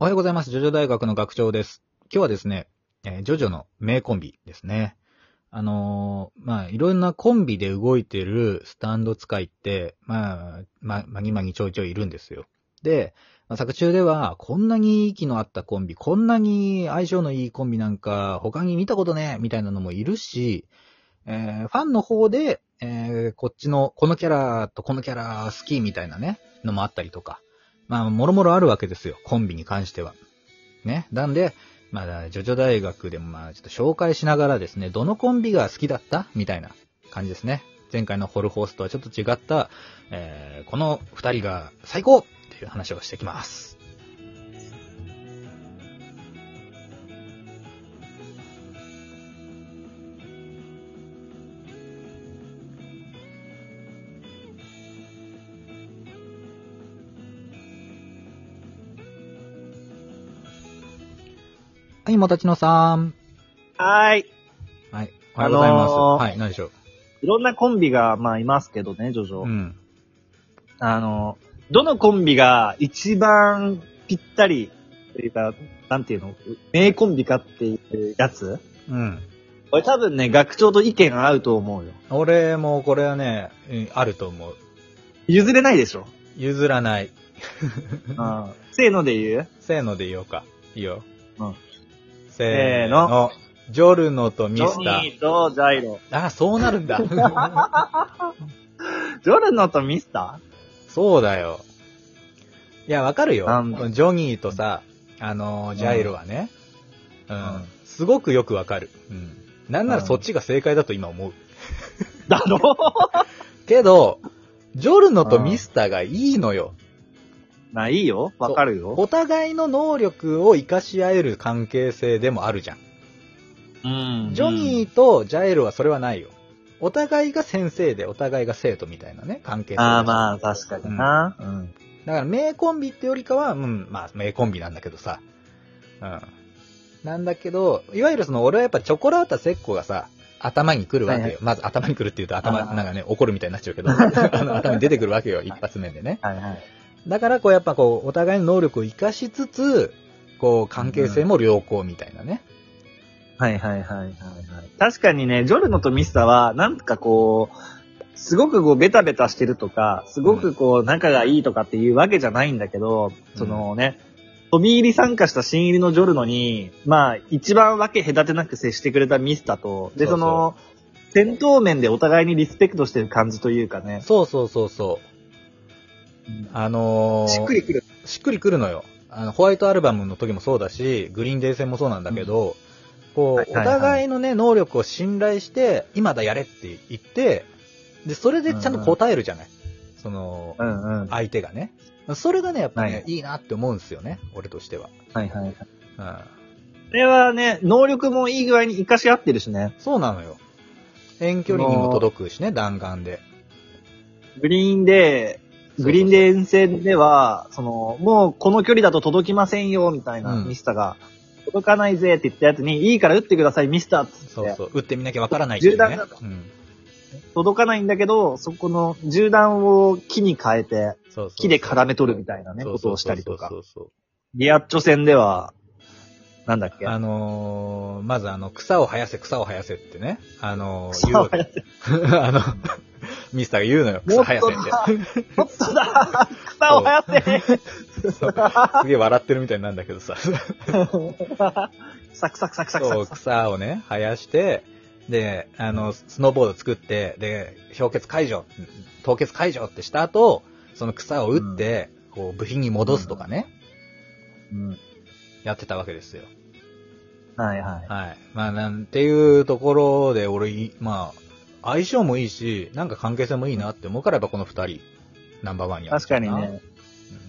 おはようございます。ジョジョ大学の学長です。今日はですね、えージョジョの名コンビですね。あのーまあ、いろんなコンビで動いてるスタンド使いって、まあ、ま、まぎまぎちょいちょいいるんですよ。で、まあ作中では、こんなに息の合ったコンビ、こんなに相性のいいコンビなんか、他に見たことねえみたいなのもいるし、えーファンの方で、えーこっちの、このキャラとこのキャラ好きみたいなね、のもあったりとか、まあ、もろもろあるわけですよ。コンビに関しては。ね。なんで、まあ、ジョジョ大学でもまあ、ちょっと紹介しながらですね、どのコンビが好きだったみたいな感じですね。前回のホルホースとはちょっと違った、えーこの二人が最高っていう話をしてきます。はい、もたちのさん。はーい。はい。おはようございます。あのーはい、何でしょいろんなコンビが、まあ、いますけどね、ジョジョ。う。うん。あの、どのコンビが一番ぴったり、というか、なんていうの、名コンビかっていうやつうん。これ多分ね、学長と意見合うと思うよ。俺もこれはね、うんあると思う。譲れないでしょ。譲らない。うん。せーので言うせーので言おうか。いいよ。うんせーせーのの。ジョルノとミジョスタニーとジャイロ。ー。あ、そうなるんだ。 ジョルノとミスタそうだよ。いや、わかるよなんだ。ジョニーとさ、あのー、ジャイロはね。うん。うんすごくよくわかる。うん。なんならうんそっちが正解だと今思う。ーだろけど、ジョルノとミスターがいいのよ。まあいいよ。わかるよ。お互いの能力を活かし合える関係性でもあるじゃん。うんジョニーとジャエルはそれはないよ。お互いが先生で、お互いが生徒みたいなね、関係性。ああ、まあ、確かにな。うん。だから、名コンビってよりかは、うん、まあ、名コンビなんだけどさ。うん。なんだけど、いわゆるその、俺はやっぱチョコラータセッコがさ、頭に来るわけよ。はいはまず頭に来るって言うと頭、あーなんかね、怒るみたいになっちゃうけど、 あの頭に出てくるわけよ、一発目でね。はいはい。だから、こう、やっぱこう、お互いの能力を活かしつつ、こう、関係性も良好みたいなね。はいはいはいはい、はい。確かにね、ジョルノとミスタは、なんかこう、すごくこう、ベタベタしてるとか、すごくこう、仲がいいとかっていうわけじゃないんだけど、うんそのね、飛び入り参加した新入りのジョルノに、まあ、一番わけ隔てなく接してくれたミスタと、で、そうそうその、戦闘面でお互いにリスペクトしてる感じというかね、そうそうそうそう。あのー、しっくりくる。しっくりくるのよ。あの、ホワイトアルバムの時もそうだし、グリーンデイ戦もそうなんだけど、こう、はいはいはいお互いのね、能力を信頼して、今だやれって言って、で、それでちゃんと答えるじゃない。その、うんうん。はい相手がね。それがね、やっぱね、はいい、いなって思うんですよね、俺としては。はいはい。うん。これはね、能力もいい具合に活かし合ってるしね。そうなのよ。遠距離にも届くしね、弾丸で。グリーンで、グリーンデー線では、その、もうこの距離だと届きませんよ、みたいな、うんミスターが、届かないぜって言ったやつに、いいから打ってください、ミスターっつって。そうそう。打ってみなきゃわからないっていうね。銃弾だとうん。届かないんだけど、そこの銃弾を木に変えて、そうそうそう木で絡め取るみたいなね、そうことをしたりとかそ。うそうそうそうリアッチョ戦では、なんだっけあのー、まずあの、草を生やせ、草を生やせってね。あのー、草を生言う わけあの、ミスターが言うのよ。草生やせっ本当だ草を生やせて。そうすげえ笑ってるみたいになるんだけど さ。サクサクサクサクサそクう、。草をね、生やして、で、あの、スノーボード作って、で、氷結解除、凍結解除ってした後、その草を打って、こう、部品に戻すとかね、うんやってたわけですよ。はいはい。はい。まあ、なんていうところで、俺い、まあ、相性もいいし、なんか関係性もいいなって思うから、やっぱこの二人、ナンバーワンや確かにね。う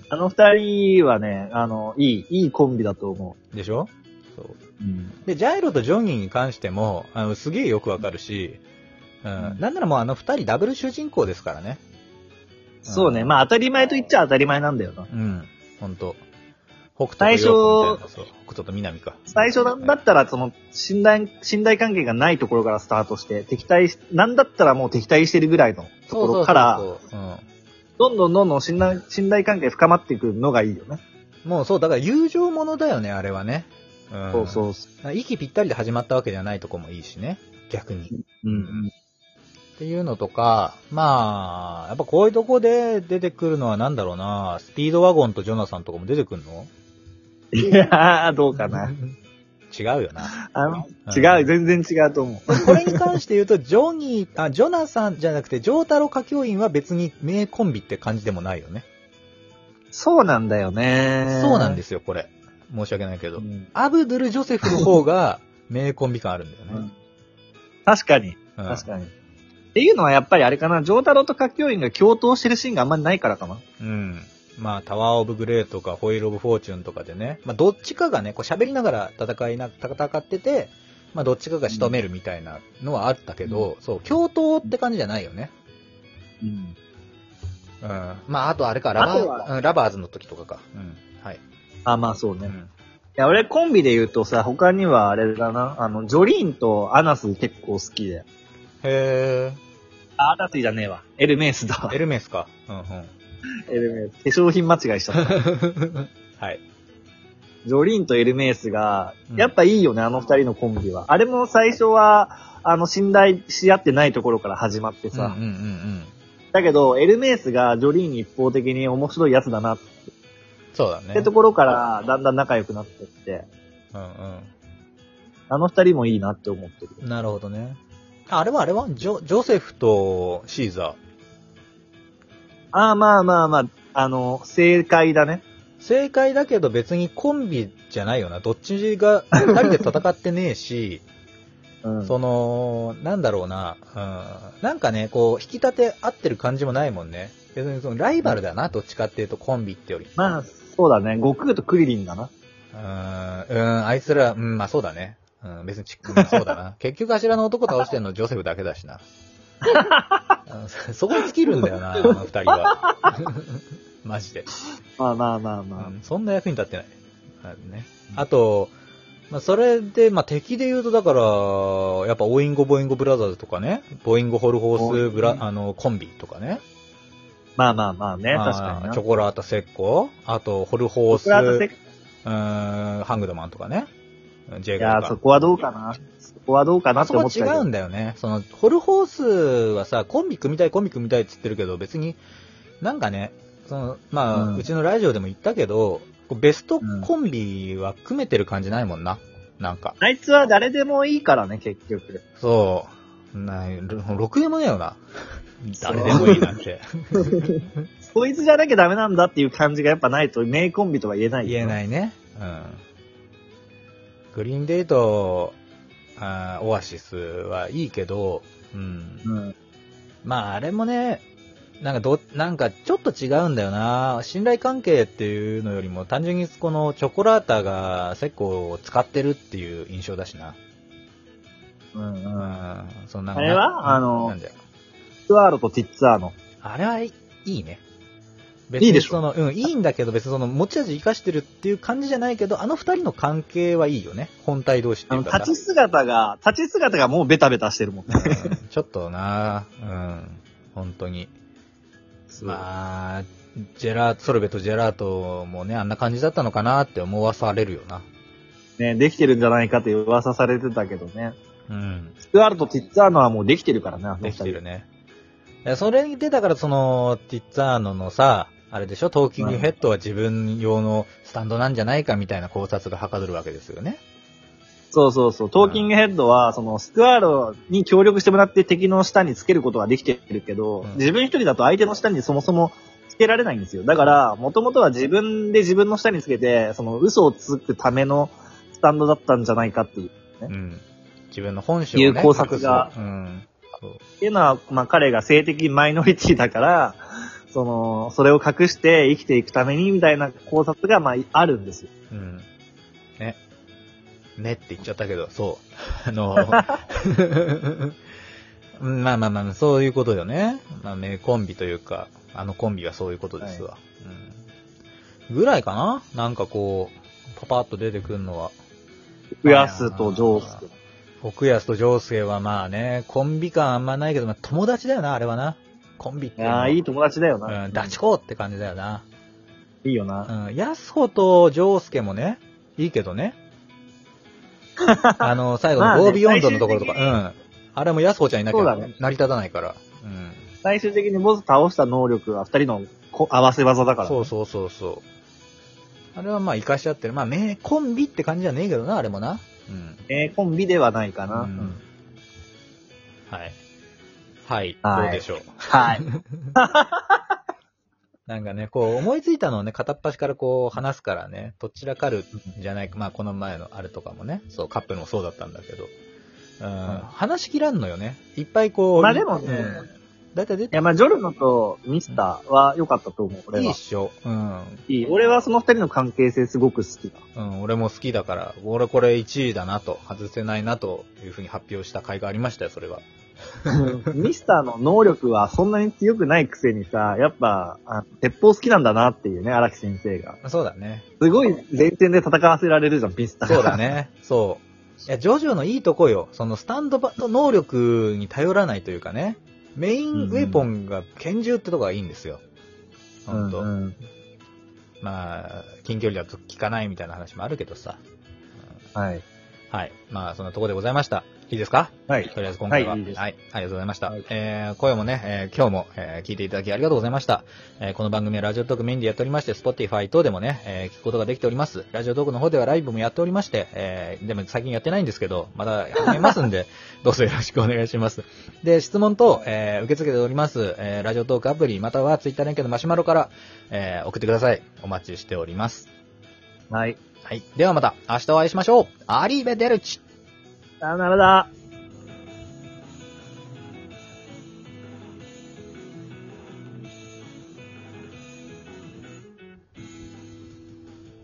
あの二人はね、あの、いい、いいコンビだと思ん。でしょそう。う。うんで、ジャイロとジョニーに関しても、あのすげえよくわかるし、うん。うんなんならもうあの二人ダブル主人公ですからね。そうね。うんまあ当たり前と言っちゃ当たり前なんだよな。うん。ほんと。北最斗と陽子み初たいなそう北斗と南か。最初なんだったら、その、信頼、信頼関係がないところからスタートして、敵対し、なんだったらもう敵対してるぐらいのところから、そうそうそうそううん。どんどんどんどん信頼、信頼関係深まっていくのがいいよね。もうそう、だから友情ものだよね、あれはね。うん、。そうそうそう息ぴったりで始まったわけじゃないとこもいいしね。逆に。う。うんうんっていうのとか、まあ、やっぱこういうとこで出てくるのはなんだろうな、スピードワゴンとジョナサンとかも出てくるのうん。 いやー、どうかな。違うよな。あのうん違う、全然違うと思う。これに関して言うと、ジョニー、あ、ジョナサンじゃなくて、ジョータロ歌教員は別に名コンビって感じでもないよね。そうなんだよね。。そうなんですすよ、これ。申し訳ないけど。んアブドゥル・ジョセフの方が名コンビ感あるんだよね。確かに、うん確かに。っていうのはやっぱりあれかな、上太郎と歌教員が共闘してるシーンがあんまりないからかな。うん。まあ、タワー・オブ・グレーとか、ホイール・オブ・フォーチュンとかでね、まあ、どっちかがね、こう喋りながら戦いな、戦ってて、まあ、どっちかが仕留めるみたいなのはあったけど、そう、共闘って感じじゃないよね。うん。うん。まあ、あとあれか、ラバあとはー、うん、ラバーズの時とかか。うん。はい。あ、まあそうね。ういん。や、俺コンビで言うとさ、他にはあれだな、あの、ジョリーンとアナス結構好きで。へあ、アナスじゃねえわ。 エルメイスだわー。エ。ルメスか。うんうん。エルメイス。化粧品間違いしちゃった。はい。ジョリーンとエルメイスがう、んやっぱいいよね、あの二人のコンビは。あれも最初は、あの、信頼し合ってないところから始まってうんうんうさ。んだけど、エルメイスがジョリーンに一方的に面白いやつだなっうん。そうだね。てところから、だんだん仲良くなってって、うんうん。あの二人もいいなって思ってる。なるほどね。ああれはあれはジョ、ジョセフとシーザー。ああ、まあまあまあ、あの、正解だね。正解だけど別にコンビじゃないよな。どっちが、二人で戦ってねえし、うん。その、なんだろうな、うん。なんかね、こう、引き立て合ってる感じもないもんね。別にそのライバルだな、どっちかっていうとコンビってより。まあ、そうだね。悟空とクリリンだな。うん、うん、あいつら、うん、まあそうだね。うん、別にチックもそうだ な。結局柱の男倒してんのジョセフだけだしな。うんそそこに尽きるんだよな、あの二人 は。マジで。まあまあまあまあ。うんそんな役に立ってない。あるねあと、まあ、それで、まあ、敵で言うと、だから、やっぱ、オインゴ・ボインゴ・ブラザーズとかね、ボインゴ・ホルホース・ブラ、あの、コンビとかね。まあまあまあね、まあ確かにな。チョコラータ・セッコ、あと、ホルホース、僕らの世界うーん、ハングドマンとかね。ジェイいガーやとかー、そこはどうかな。そこはどうかなあっそて思こって違たけど。うんだよね。その、ホルホースはさ、コンビ組みたい、コンビ組みたいって言ってるけど、別に、なんかね、その、まあ、ううんちのラジオでも言ったけど、こうベストコンビは組めてる感じないもんな。なんか。あいつは誰でもいいからね、結局。そう。なろろくでもねえよな。誰でもいいなんて。 こいつじゃなきゃダメなんだっていう感じがやっぱないと、名コンビとは言えない。言えい。ないね。うん。グリーンデート、あーオアシスはいいけど、うん。うん。まああれもね、なんかど、なんかちょっと違うんだよな。信頼関係っていうのよりも単純にこのチョコラータがセコを使ってるっていう印象だしな。うんうん。うん。そんなあれはなあのなんだよツアーロとティッツアーノ。あれはいいいね。別いいでしょその、うん、いいんだけど別にその持ち味生かしてるっていう感じじゃないけど、あの二人の関係はいいよね。本体同士っていあの、うかさ。立ち姿が、立ち姿がもうベタベタしてるもんね。うんちょっとなうん。本当に。あ、まあ、ジェラート、ソルベとジェラートもね、あんな感じだったのかなって思わされるよな。ね、できてるんじゃないかって噂されてたけどね。うん。ツアールとティッツァーノはもうできてるからな、できてるね。いやそれで、だからその、ティッツァーノのさ、あれでしょ、トーキングヘッドは自分用のスタンドなんじゃないかみたいな考察がはかどるわけですよね。そうそうそう。トーキングヘッドは、その、スクワーロに協力してもらって敵の下につけることはできてるけど、うん自分一人だと相手の下にそもそもつけられないんですよ。だから、もともとは自分で自分の下につけて、その、嘘をつくためのスタンドだったんじゃないかっていう。う。うん自分の本性を、ね、いう考察が隠すうん。っていうのは、まあ、彼が性的マイノリティだから、その、それを隠して生きていくために、みたいな考察が、まあ、あるんですよ。うん。ね。ねって言っちゃったけど、そう。あ の、うんまあまあまあ、そういうことよね。まあ、名コンビというか、あのコンビはそういうことですわ。うん。ぐらいかななんかこう、パパッと出てくるのは。ウヤスとジョース。奥安と上介はまあね、コンビ感あんまないけど、まあ友達だよな、あれはな。コンビっていうのは。やーいい友達だような。ん、ダチコって感じだよな。いいよな。うん、安穂と丈介もね、いいけど ね。あの、最後まあのね5ビヨンドのところとか、最終うん。あれも安穂ちゃんいなきそうだゃね成り立たないから。うん。最終的にボス倒した能力は二人のこ合わせ技だから。そうそうそうそう。あれはまあ生かし合ってる。まあ名コンビって感じじゃねえけどな、あれもな。うん。えーコンビではないかな。うんはい。はい。はいどうでしょう。 はい。なんかね、こう思いついたのをね、片っ端からこう話すからね、どちらかるんじゃないか。まあこの前のあれとかもね、そう、カップもそうだったんだけど。うん、話しきらんのよね。いっぱいこう。まあでもねうんだいたい出いてや、まあ、ジョルノとミスターは良かったと思う、俺いいっは。しょ。うん。いい。俺はその二人の関係性すごく好 きだ。うん、俺も好きだから、俺これ1位だなと、外せないなというふうに発表した回がありましたよ、それは。ミスターの能力はそんなに強くないくせにさ、やっぱ、あ鉄砲好きなんだなっていうね、荒木先生が。そうだね。すごい前線で戦わせられるじゃん、ミ スターがそうだ。ね。そう。いや、ジョジョのいいとこよ。そのスタンドバの能力に頼らないというかね。メインウェポンが拳銃ってとこがいいんですよ。うほんんと。うん。まあ、近距離だと効かないみたいな話もあるけどさ。はい。はい。まあ、そんなとこでございました。いいですかはい。とりあえず今回は、は、はいいいいですありがとうございました。はいえー、声もね、えー今日も、えー聞いていただきありがとうございました。えーこの番組はラジオトークメインでやっておりまして、Spotify 等でもね、えー聞くことができております。ラジオトークの方ではライブもやっておりまして、えーでも最近やってないんですけど、まだ始めますん で、どうぞよろしくお願いします。で、質問等、えー受け付けております、えーラジオトークアプリ、または Twitter 連携のマシュマロから、えー送ってください。お待ちしております。はい。はい。ではまた、明日お会いしましょう。アリーベデルチ。さよならだ。